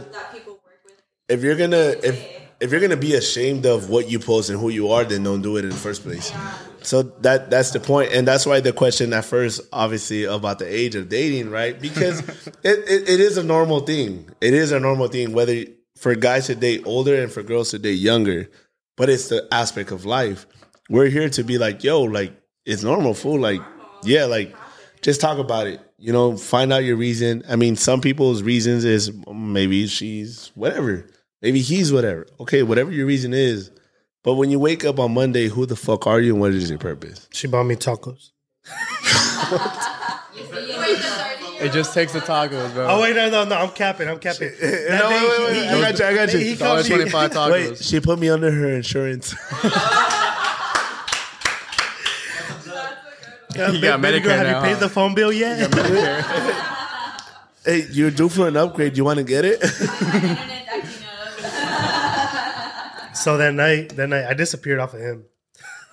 S1: It-
S4: stuff that people work with.
S1: if you're gonna if if you're gonna be ashamed of what you post and who you are, then don't do it in the first place. So that that's the point, and that's why the question at first, obviously, about the age of dating, right? Because it, it, it is a normal thing. It is a normal thing whether for guys to date older and for girls to date younger, but it's the aspect of life. We're here to be like, yo, like it's normal, fool. Like, yeah, like just talk about it. You know, find out your reason. I mean, some people's reasons is "Mm, maybe she's whatever, maybe he's whatever. Okay, whatever your reason is. But when you wake up on Monday, who the fuck are you and what is your purpose?
S3: She bought me tacos.
S5: You see it?
S2: It just takes the tacos, bro.
S3: Oh wait, no, no, no, I'm capping. I'm capping.
S1: No, wait, wait, wait, I got you. I got you.
S3: He
S2: It's always
S3: comes, he,
S2: 25 tacos.
S1: Wait, she put me under her insurance.
S3: Yeah,
S2: You got
S3: baby
S2: Medicare
S3: girl, have
S2: now,
S3: you paid
S2: huh?
S3: the phone bill yet?
S1: Hey, you're due for an upgrade. You want to get it?
S5: Internet acting up.
S3: So that night, that night, I disappeared off of him.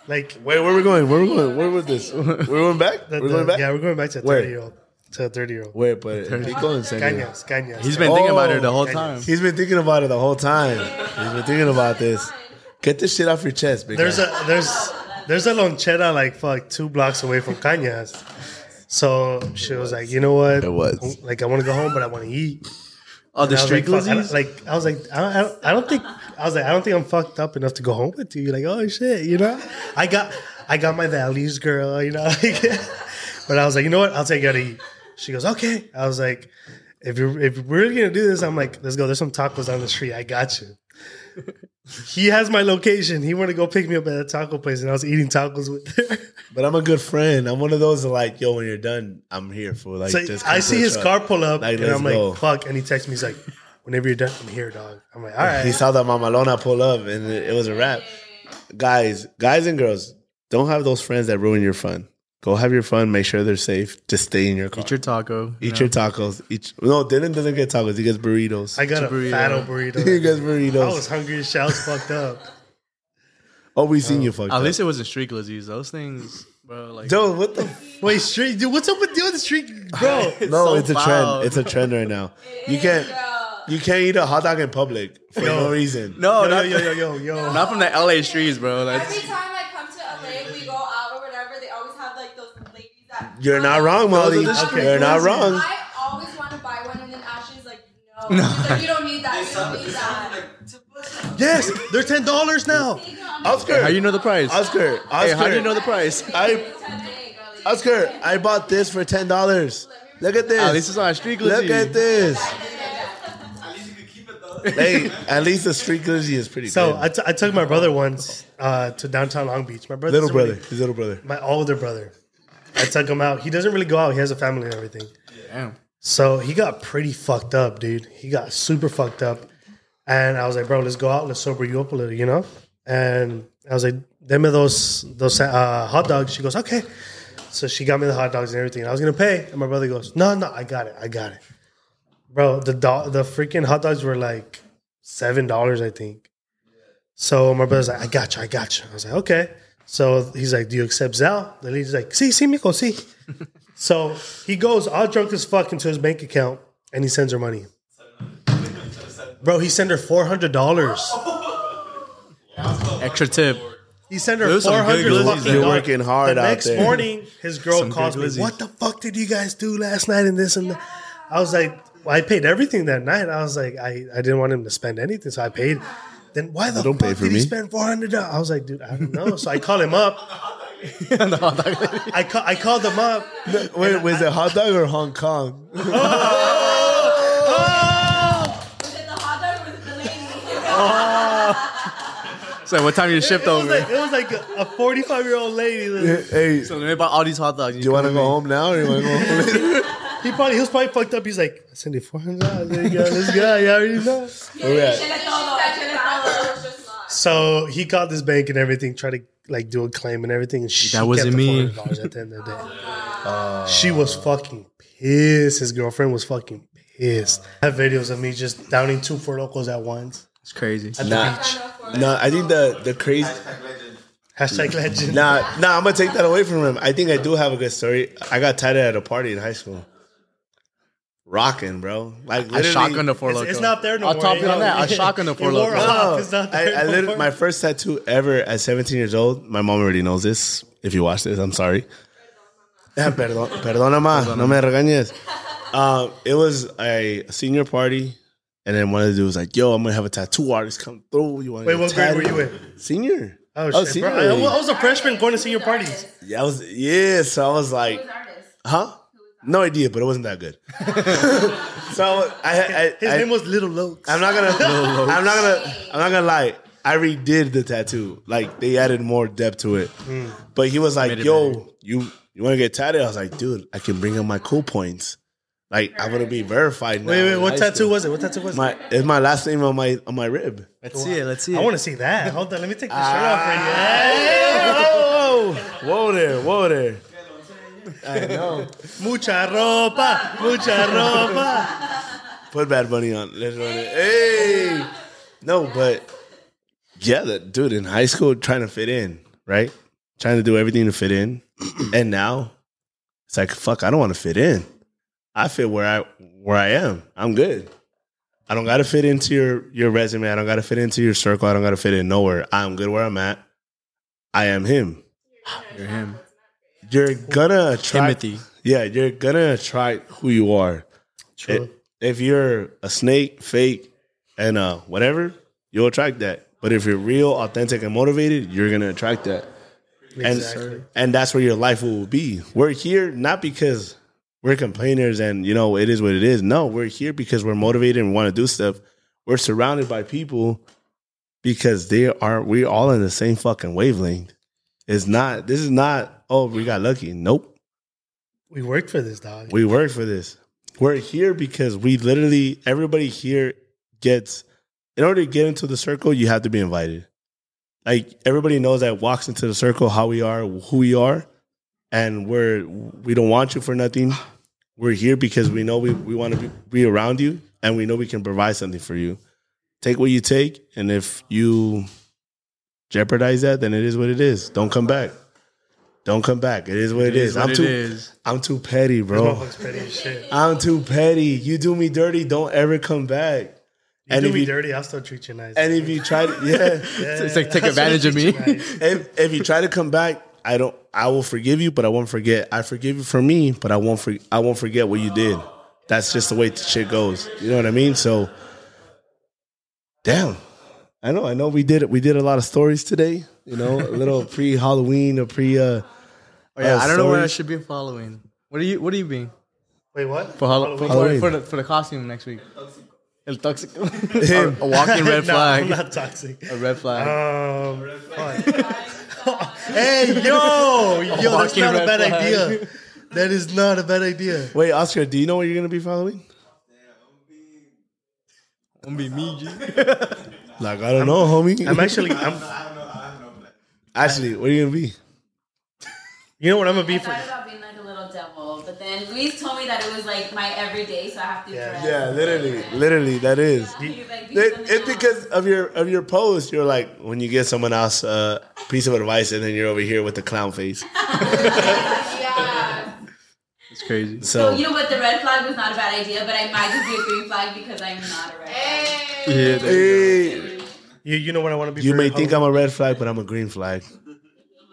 S3: Like
S1: Wait, where we going? Where we going? Where was this? We're going back.
S3: the-
S1: We're
S3: the-
S1: going back.
S3: Yeah, we're going back to a
S1: Where?
S3: thirty year old. To a thirty year old.
S1: Wait, but Pico and Senor.
S3: Cañas, cañas.
S2: He's been thinking about it the whole
S3: Oh,
S2: time.
S1: He's been thinking about it the whole time. He's been thinking about this. Get this shit off your chest, big
S3: There's
S1: guy.
S3: a there's there's a lonchera like fuck two blocks away from Cañas. So she was like, you know what?
S1: It was.
S3: Like I want to go home, but I want to eat.
S2: Oh, the
S3: And I was
S2: street
S3: like, fuck, I
S2: glizzies?
S3: don't- like I was like, I don't, I don't, I don't think I was like, I don't think I'm fucked up enough to go home with you. Like, oh shit, you know, I got I got my values, girl, you know. Like, but I was like, you know what? I'll take you out to eat. She goes, okay. I was like, if you're if we're really gonna do this, I'm like, let's go. There's some tacos on the street. I got you. He has my location. He wanted to go pick me up at a taco place, and I was eating tacos with her.
S1: But I'm a good friend. I'm one of those that like, yo, when you're done, I'm here for like.
S3: So
S1: just come
S3: I
S1: to
S3: see
S1: the
S3: his
S1: truck.
S3: car pull up,
S1: Like,
S3: and I'm
S1: let's
S3: like,
S1: go.
S3: fuck. And he texts me, he's like, whenever you're done, I'm here, dog. I'm like, all right.
S1: He saw that Mamalona pull up, and it, it was a wrap. Guys, guys and girls, don't have those friends that ruin your fun. Go have your fun. Make sure they're safe. Just stay in your car.
S2: Eat your taco. you
S1: Eat
S2: know?
S1: your tacos. Eat. No, Dylan doesn't get tacos. He gets burritos.
S3: I got a
S2: Burrito.
S3: fat old burrito.
S1: he gets
S3: I
S1: burritos.
S3: was hungry as shit. I was fucked up.
S1: oh, we seen you fucked
S2: At
S1: up.
S2: least it wasn't street glizzies. Those things, bro. Like,
S1: Dude, what the?
S3: Wait, street dude, what's up with you on the street, bro?
S1: F- no,
S2: so
S1: it's a
S2: foul.
S1: trend. It's a trend right now. You can't. You can't eat a hot dog in public for no, reason.
S2: no,
S3: yo,
S2: not,
S3: Oh, yo, yo, yo, yo.
S2: not from the LA streets, bro.
S4: Every
S2: That's,
S4: time I come to LA, we go out or whatever, they always have like those ladies that.
S1: You're not
S3: Ah,
S1: wrong, Molly.
S2: Those are the
S3: street
S1: You're not
S3: foods.
S1: wrong.
S4: I always want to buy one, and then Ashley's like, no. She's like, you don't need that. You don't need that.
S3: Yes, they're ten dollars now.
S1: Oscar,
S2: how you know the price?
S1: Oscar, Oscar,
S2: Hey, how do you know the price?
S1: I, Oscar, I bought this for ten dollars. Look at this.
S2: At least it's on a street glizzy.
S1: Look at this. hey, at least the street glizzy is pretty.
S3: So
S1: good.
S3: I, t- I took my brother once uh, to downtown Long Beach. My brother,
S1: little brother, his little brother.
S3: my older brother. I took him out. He doesn't really go out. He has a family and everything.
S2: Damn.
S3: So he got pretty fucked up, dude. He got super fucked up. And I was like, bro, let's go out. Let's sober you up a little, you know? And I was like, deme those, those uh, hot dogs. She goes, okay. So she got me the hot dogs and everything. And I was going to pay. And my brother goes, no, no, I got it. I got it. Bro, the do- the freaking hot dogs were like $7, I think. So my brother's like, I got you. I got you. I was like, okay. So he's like, do you accept Zell? The lady's like, see, see, mijo, see. So he goes all drunk as fuck into his bank account and he sends her money. Bro, he sent her four hundred dollars.
S2: Extra tip.
S3: He sent her
S2: Those are
S3: four
S2: some good
S3: hundred
S2: glizzies
S3: dollars.
S2: there. You're
S1: working hard
S3: the
S1: out
S3: next
S1: there.
S3: morning, his girl
S2: Some good
S3: calls me.
S2: glizzies.
S3: What the fuck did you guys do last night and this and that? I was like, well, I paid everything that night. I was like, I, I didn't want him to spend anything, so I paid. Then why the
S1: Don't
S3: fuck
S1: pay for
S3: did he
S1: me.
S3: spend four hundred dollars? I was like, dude, I don't know. So I call him up. I ca- I called him up.
S1: Wait, was it hot dog or Hong Kong?
S5: Was it the hot dog or was it the lady?
S2: So what time your shift
S3: It was
S2: over?
S3: like it was like a forty-five year old lady. that-
S1: hey, do
S2: so they bought all these hot dogs.
S1: you want to go home now or you want to go home later?
S3: He probably he was probably fucked up. He's like, I sent you four hundred dollars. There you go. This guy, you already know.
S1: Where we at?
S5: Check it all out, check it all out.
S3: So he called this bank and everything, tried to like do a claim and everything. And she
S2: That wasn't
S3: kept the
S2: me.
S3: $400 At the end of the day, she was fucking pissed. His girlfriend was fucking pissed. I have videos of me just downing two four locals at once.
S2: It's crazy.
S1: Nah, nah. I think the the crazy.
S3: Hashtag legend.
S1: Nah, nah. I'm gonna take that away from him. I think I do have a good story. I got tied at a party in high school. Rocking, bro. Like
S2: I
S1: literally,
S2: shotgun the four
S3: It's,
S2: loco.
S3: it's not there no
S2: I'll
S3: more.
S2: top it on
S3: know?
S2: that. I shotgun the
S3: It
S2: four
S3: wore
S2: loco.
S3: off. It's not
S1: Oh, I,
S3: there
S1: I
S3: no
S1: literally,
S3: more.
S1: my first tattoo ever at 17 years old. My mom already knows this. If you watch this, I'm sorry. Yeah, Ah, perdón, perdona ma, no me regañes. Um, it was a senior party, and then one of the dudes was like, "Yo, I'm gonna have a tattoo artist come through. You want?"
S3: Wait, what grade were you in?
S1: Senior.
S3: Oh,
S1: I was
S3: shit,
S1: senior
S3: bro. I,
S1: already.
S3: I was a freshman going to senior parties.
S1: Yeah, I was yeah. So I was
S5: Who
S1: like,
S5: was artist?
S1: huh? No idea, but it wasn't that good. so I, I, I,
S3: His
S1: I
S3: name was Little Lokes.
S1: I'm not gonna, I'm not gonna, I'm not gonna lie. I redid the tattoo. Like they added more depth to it.
S3: Hmm.
S1: But he was like,
S2: Made it
S1: "Yo,
S2: better.
S1: you you want to get tatted?" I was like, "Dude, I can bring up my cool points. Like I'm gonna be verified." Now
S3: Wait, wait,
S1: in
S3: what
S1: high
S3: tattoo
S1: school.
S3: was it? What tattoo was it?
S1: My it's my last name on my on my rib.
S2: Let's see it. Let's see it.
S3: I want to see that. Hold on, let me take the shirt off right
S1: Whoa, whoa there, whoa there. I know.
S3: Mucha ropa, mucha ropa.
S1: Put Bad Bunny on. Let's run it. Hey. No, but yeah, that dude in high school trying to fit in, right? Trying to do everything to fit in, and now it's like fuck. I don't want to fit in. I fit where I where I am. I'm good. I don't got to fit into your your resume. I don't got to fit into your circle. I don't got to fit in nowhere. I'm good where I'm at. I am him.
S2: You're him.
S1: You're gonna attract.
S2: Timothy.
S1: Yeah, you're gonna attract who you are.
S3: True.
S1: if you're a snake, fake, and uh, whatever, you'll attract that. But if you're real, authentic, and motivated, you're gonna attract that. And
S3: Exactly.
S1: and that's where your life will be. We're here not because we're complainers and you know it is what it is. No, we're here because we're motivated and want to do stuff. We're surrounded by people because they are we're all in the same fucking wavelength. It's not this is not, oh, we got lucky. Nope.
S3: We worked for this, dog.
S1: We work for this. We're here because we literally everybody here gets in order to get into the circle, you have to be invited. Like everybody knows that walks into the circle how we are, who we are, and we're we don't want you for nothing. We're here because we know we, we want to be, be around you and we know we can provide something for you. Take what you take, and if you jeopardize that, then it is what it is. Don't come back. Don't come back. It is what it is.
S2: Is what
S1: I'm
S2: it
S1: too
S2: is.
S1: I'm too petty, bro.
S3: Motherfucker's petty as shit.
S1: I'm too petty. You do me dirty, don't ever come back.
S3: You
S1: and
S3: do
S1: if
S3: me
S1: you
S3: dirty, I'll still treat you nice.
S1: and if you try to yeah,
S3: Yeah,
S2: It's like take
S3: I'll still
S2: advantage of
S3: treat
S2: me.
S3: you nice.
S1: if if you try to come back, I don't. I will forgive you, but I won't forget. I forgive you for me, but I won't. For, I won't forget what you did. That's just the way shit goes. You know what I mean? So, damn. I know. I know. We did. We did a lot of stories today. You know, a little pre Halloween or pre. uh
S2: Oh, yeah,
S1: Oh,
S2: I don't know what I
S1: sorry.
S2: should be following. What are you? What are you being
S3: Wait, what?
S2: for Halloween? For,
S1: Halloween.
S2: for the, for the costume next week. El toxic. a, a walking red
S3: Nah, I'm
S2: flag.
S3: not toxic.
S2: a red flag.
S3: Um, fuck. hey, yo, yo, that's
S2: walking
S3: not a
S2: red
S3: bad
S2: flag.
S3: idea. That is not a bad idea.
S1: Wait, Oscar. Do you know what you're gonna be following?
S2: Gonna be me, G.
S1: Like I don't know, homie.
S3: I'm actually, I'm,
S1: Actually, what are you gonna be?
S3: you know what I'm gonna be
S5: I
S3: for?
S5: thought about being like a little devil, but then Luis told me that it was like my everyday, so I have to.
S3: Yeah.
S5: dress.
S1: Yeah, literally, literally, that is.
S5: He's like, be
S1: It-
S5: something
S1: it's
S5: else.
S1: because of your of your post. You're like when you get someone else a uh, piece of advice, and then you're over here with the clown face.
S5: Yeah.
S2: It's crazy.
S5: So
S1: So
S5: you know what? The red flag was not a bad idea, but I might just be a green flag because I'm not a red flag.
S2: Yeah, there you
S1: hey,
S3: You, you know what I want to be?
S1: you
S3: for
S1: may think
S3: Halloween?
S1: I'm a red flag, but I'm a green flag.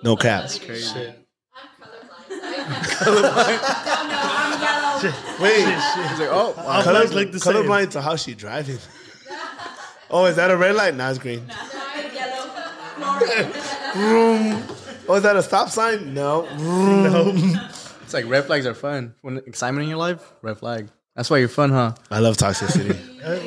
S1: No caps.
S2: Crazy.
S5: I'm colorblind. So I- no, I'm yellow.
S1: Wait,
S2: He's like, oh, wow.
S3: Colors
S1: color,
S3: look the same.
S1: colorblind to how she driving. Oh, is that a red light? Nah, it's green.
S5: I'm yellow. Fluorine.
S1: Oh, is that a stop sign? No.
S2: it's like red flags are fun. When excitement in your life, red flag. That's why you're fun, huh?
S1: I love toxicity.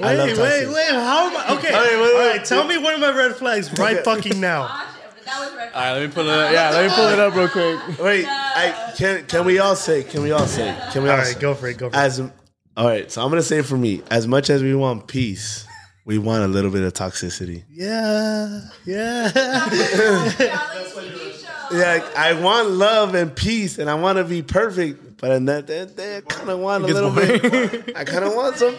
S1: I love
S3: Uh, Wait, wait,
S1: toxicity.
S3: wait. How am I? Okay,
S1: wait, wait,
S3: all
S1: wait.
S3: right. Tell me one of my red flags right fucking now.
S5: Gosh, that was red
S2: All
S5: flag.
S2: right, let me pull it up. Yeah, let me pull it up real quick.
S1: Wait, I, can can we all say? Can we all say? Can we
S3: All
S1: all
S3: right,
S1: say?
S3: go for it. Go for it.
S1: as all right so i'm gonna say for me as much as we want peace we want a little bit of toxicity
S3: Yeah, yeah.
S1: yeah like, i want love and peace and i want to be perfect but in that, that, that i kind of want a little bit i kind of want some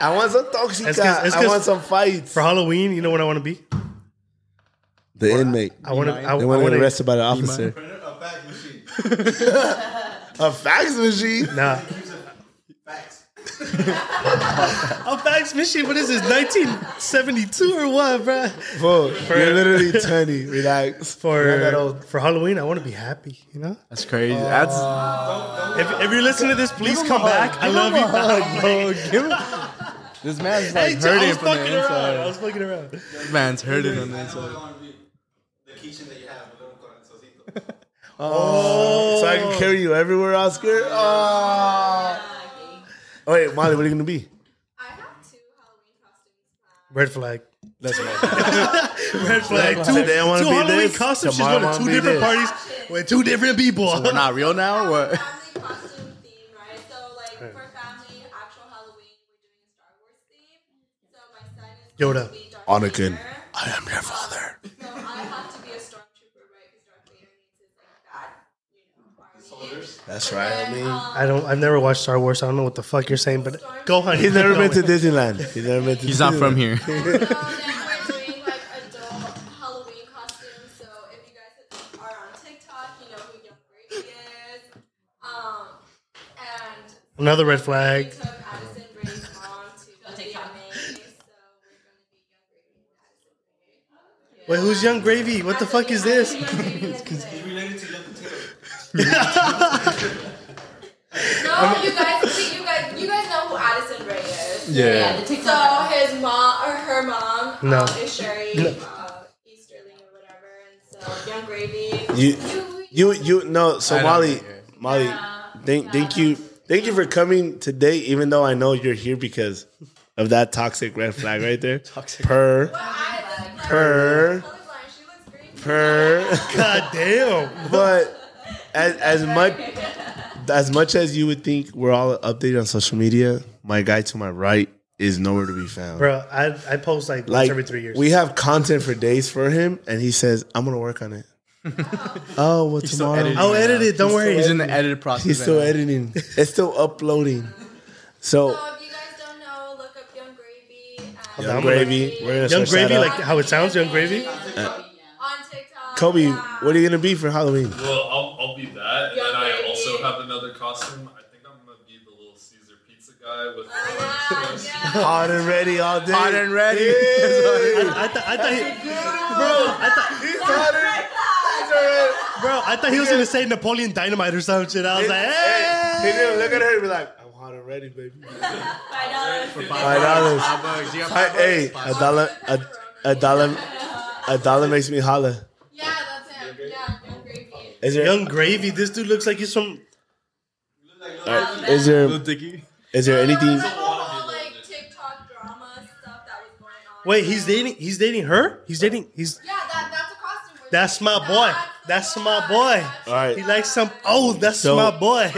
S1: i want some toxic
S3: It's 'cause- it's
S1: i
S3: 'cause-
S1: want some fights
S3: For Halloween, you know what I want to be?
S1: the inmate
S3: I want to. I,
S1: they want
S3: want
S1: to
S3: to
S1: get arrested by the officer
S6: A fax machine.
S1: a fax machine
S3: Nah,
S6: Fax.
S3: a fax machine. What is this? 1972 or what, bro?
S1: Fool, you're literally 20 relax You're not that
S3: For
S1: old.
S3: for Halloween, I want to be happy. You know.
S2: That's crazy. That's
S3: If, if you listen to this, please come back. I love you.
S2: bro. Give it. This man's
S3: Hey,
S2: like
S3: I
S2: hurting
S3: was
S2: from the
S3: fucking around. I
S2: inside.
S3: was fucking around.
S2: This man's hurting on the
S6: That's what
S2: inside.
S6: I want to be. The kitchen that you have, a little corazoncito.
S1: so i can carry you everywhere oscar oh. wait molly what are you gonna be
S4: I have two Halloween costumes planned.
S3: Red flag.
S1: that's what I-
S3: Red flag. Two,
S1: Today I wanna
S3: two
S1: be
S3: Halloween
S1: this,
S3: costumes. She's
S1: tomorrow I
S3: going to
S1: wanna be
S3: two different
S1: this.
S3: parties with two different people.
S2: We're not real now. What?
S4: Family costume theme, right? So like for family, actual Halloween, we're doing a Star Wars theme. So my son is going
S3: Yoda.
S4: to be Darth
S1: Anakin,
S4: Vader.
S1: I am your father.
S4: So I have to be a stormtrooper, right? Because Darth Vader needs his like bad, you know, army. um,
S6: colors.
S1: That's right. I mean,
S3: I don't. I've never watched Star Wars. So I don't know what the fuck you're saying, but go on.
S1: he's never been to Disneyland. He's never been to.
S2: He's not from here.
S4: So then we're doing like adult Halloween costumes. So if you guys are on TikTok, you know who Young Brady is. Um, and
S3: Another red flag.
S4: we took Addison Brady's mom to the
S5: TikTok.
S4: VMAs, so we're gonna be Young Brady and Addison Brady.
S3: Wait, who's Young Gravy? What the fuck is this?
S4: Young Brady is today.
S6: He's related to Young Potato.
S4: No, you guys, see, you guys, you guys know who Addison Brady is.
S5: Yeah, the
S4: So
S5: TikTok.
S4: his mom or her mom
S3: No.
S4: um, is Sherry uh, Easterling or whatever, and so Young Gravy.
S1: You, you, you. No, so
S2: I don't
S1: Molly,
S2: know, yeah.
S1: Molly, thank, thank you, thank you for coming today. Even though I know you're here because of that toxic red flag right there.
S2: Toxic.
S1: Per,
S4: But I, like,
S1: Per.
S4: colorblind, she looks green.
S1: per.
S3: God damn.
S1: but as as much as much as you would think we're all updated on social media, my guy to my right is nowhere to be found.
S3: Bro, I, I post like, once
S1: like
S3: every three years.
S1: we have content for days for him, and he says, "I'm gonna work on it." oh, well,
S2: He's still
S1: tomorrow
S2: editing.
S3: I'll edit it. Don't worry.
S2: He's in the edit process.
S1: he's
S2: right
S1: still
S2: now.
S1: editing. It's still uploading. So
S4: So if you guys don't know, look up Young Gravy. And
S1: young
S3: I'm
S1: gravy, we're gonna
S3: Young
S1: search that
S3: Gravy,
S1: up.
S3: like how it sounds, Young Gravy.
S4: on TikTok.
S1: Kobe.
S4: yeah.
S1: What are you gonna be for Halloween?
S7: Well, I'll, I'll be that, and then I
S4: Yummy.
S7: also have another costume. I think I'm gonna be the little Caesar pizza guy with.
S4: Ah, yeah.
S1: Hot and ready all day.
S2: Hot and ready.
S3: I, th- I thought he, bro, I thought, bro, I thought he was gonna say Napoleon Dynamite or some shit. I was like, hey.
S1: He didn't look at her and be like, "I'm hot and ready, baby."
S5: Five dollars.
S1: Five dollars.
S2: Five bucks. You got
S1: I,
S2: five
S1: hey,
S2: bucks?
S1: a dollar, a, a dollar, a dollar makes me holler.
S4: yeah, that's him. Yeah, Young Gravy.
S1: Is there,
S3: Young Gravy. This dude looks like he's from.
S1: alright, is there,
S2: Little Dicky.
S1: is there anything?
S4: Like, all, like TikTok drama stuff that was going on.
S3: Wait, he's dating. He's dating her. He's dating. He's.
S4: Yeah, that, that's a costume. we're
S3: That's
S4: doing.
S3: my boy. That's my boy.
S1: All
S3: He
S1: right,
S3: likes some. Oh, that's
S1: So-
S3: my boy.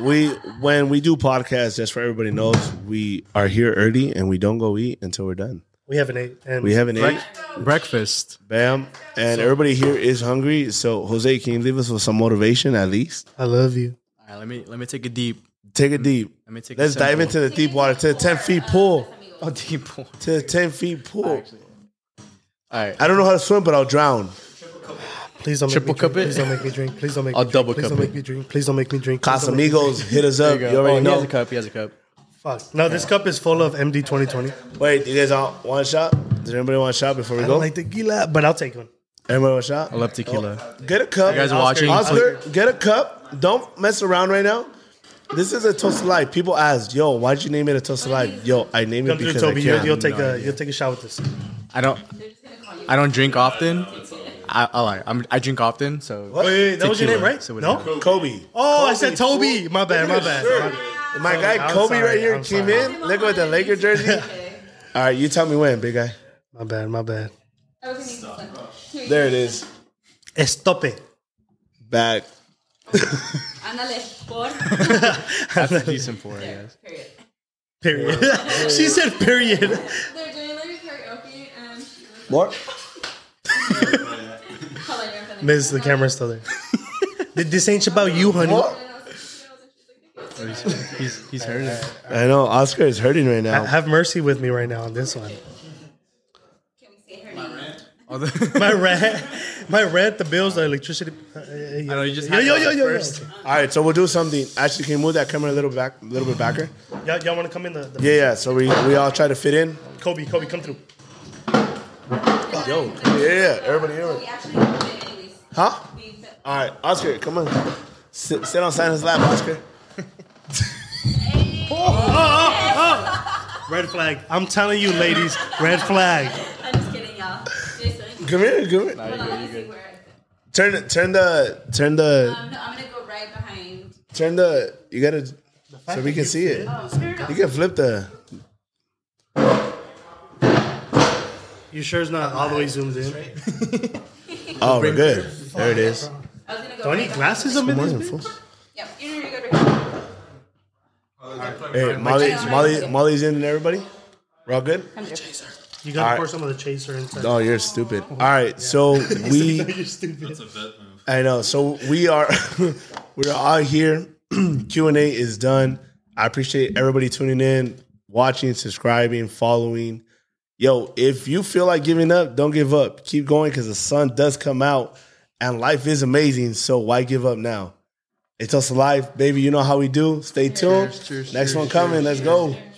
S1: we when we do podcasts, just for everybody knows, we are here early and we don't go eat until we're done.
S3: We have an eight. And
S1: We haven't ate,
S2: Breakfast.
S1: bam, and everybody here is hungry. So Jose, can you leave us with some motivation at least?
S3: I love you.
S2: All right, let me let me take a deep.
S1: Take it deep.
S2: Let me Mm. take.
S1: Let's
S2: a
S1: dive
S2: simple-
S1: into the deep water to the ten feet pool.
S2: Oh, deep. All
S1: To the ten feet pool.
S2: right.
S1: I don't know how to swim, but I'll drown.
S3: Please don't
S2: Triple
S3: make me drink.
S2: cup it?
S3: Please don't make me drink. Please don't make.
S2: I'll
S3: me drink.
S2: double
S3: Please
S2: cup
S3: don't
S2: it.
S3: make me drink. Please don't make me drink. Please don't make me
S1: Casamigos, hit us up. You,
S2: oh,
S1: already
S2: he has
S1: know.
S2: a cup. He has a cup.
S3: Fuck. No, this cup is full of MD 2020.
S1: Wait, you guys all want a shot? Does anybody want a shot before we
S3: I
S1: go?
S3: don't like tequila, but I'll take one.
S1: Everybody want a shot? Oh,
S2: I love tequila.
S1: Get a cup.
S2: You guys are watching.
S1: Oscar, get a cup. Don't mess around right now. This is a toast of life. People ask, "Yo, why'd you name it a toast of life?" Yo, I named it
S3: Come through,
S1: because I
S3: Toby. You'll,
S1: can.
S3: you'll take
S2: No
S3: a
S2: idea.
S3: you'll take a shot with this.
S2: I don't. I don't drink often. I, I like. I'm, I drink often, so.
S1: What?
S3: Wait, that was your
S2: Tequila.
S3: name, right?
S2: So
S3: no.
S2: whatever.
S1: Kobe.
S3: Oh, I said Toby. My bad. My
S1: Look at
S3: bad.
S1: his
S3: My
S1: shirt.
S3: bad.
S1: My guy
S3: I'm
S1: Kobe
S3: sorry,
S1: right here
S3: I'm
S1: came
S3: sorry.
S1: in. Look at the Laker jersey. All right, you tell me when, big guy.
S3: My bad. My bad.
S1: There it is.
S3: Estope.
S1: Back.
S5: Ándale, por.
S2: That's a decent for, I guess.
S5: Period.
S3: Period. she said period.
S5: They're doing like karaoke um, and
S1: More.
S5: color in front of
S3: Miss, the camera's still there. Th- this ain't about you, honey.
S1: More.
S2: He's, he's, he's heard it.
S1: I know Oscar is hurting right
S3: Ha-
S1: now.
S3: Have mercy with me right now on this one.
S5: Can we say her name?
S2: All the-
S3: My rent, my rent, the bills, the electricity. uh, uh,
S2: I know you just
S3: yo,
S2: had
S3: yo,
S2: that
S3: yo, yo,
S2: first.
S3: yo.
S1: All right, so we'll do something. Actually, can you move that camera a little back, a little bit backer?
S3: Y'all, y'all want to come in? The, the
S1: Yeah, yeah. So we we all try to fit in.
S3: Kobe, Kobe, come through.
S1: Yo, yeah, yeah. Everybody,
S5: Oh,
S1: everybody.
S5: we actually did it anyways.
S1: Huh?
S5: We fit-
S1: All right, Oscar, come on. Sit, sit on Santa's lap, Oscar.
S3: Red flag. I'm telling you, ladies, red flag.
S5: I'm just kidding, y'all. Jason,
S1: Come here, come here.
S5: hold on, let me see where I fit.
S1: Turn, it- turn the, turn the,
S5: Um, no, I'm gonna go right behind.
S1: turn the. You gotta, so we can see it.
S5: Oh, here we go.
S1: You can flip the.
S3: You sure it's not all the way zoomed in?
S1: Oh, we're good. There it is.
S5: I was gonna
S3: Do
S5: go
S3: I
S5: right
S3: need
S5: behind.
S3: glasses on
S1: Good
S3: this?
S1: morning, fool.
S5: Yep, you're gonna go right here.
S1: Hey, Molly, Molly, Molly's in and everybody. We're all good.
S3: bitch? You gotta
S1: All
S3: pour
S1: right.
S3: some of the chaser inside.
S1: Oh, you're stupid. All right, so we.
S3: You're stupid.
S7: It's a vet move.
S1: I know. So we are We're out here. Q and A is done. I appreciate everybody tuning in, watching, subscribing, following. Yo, if you feel like giving up, don't give up. Keep going because the sun does come out, and life is amazing. So why give up now? It's us live, baby. You know how we do. Stay tuned.
S2: cheers,
S1: Next
S2: cheers,
S1: one coming. Let's go.
S5: Sure.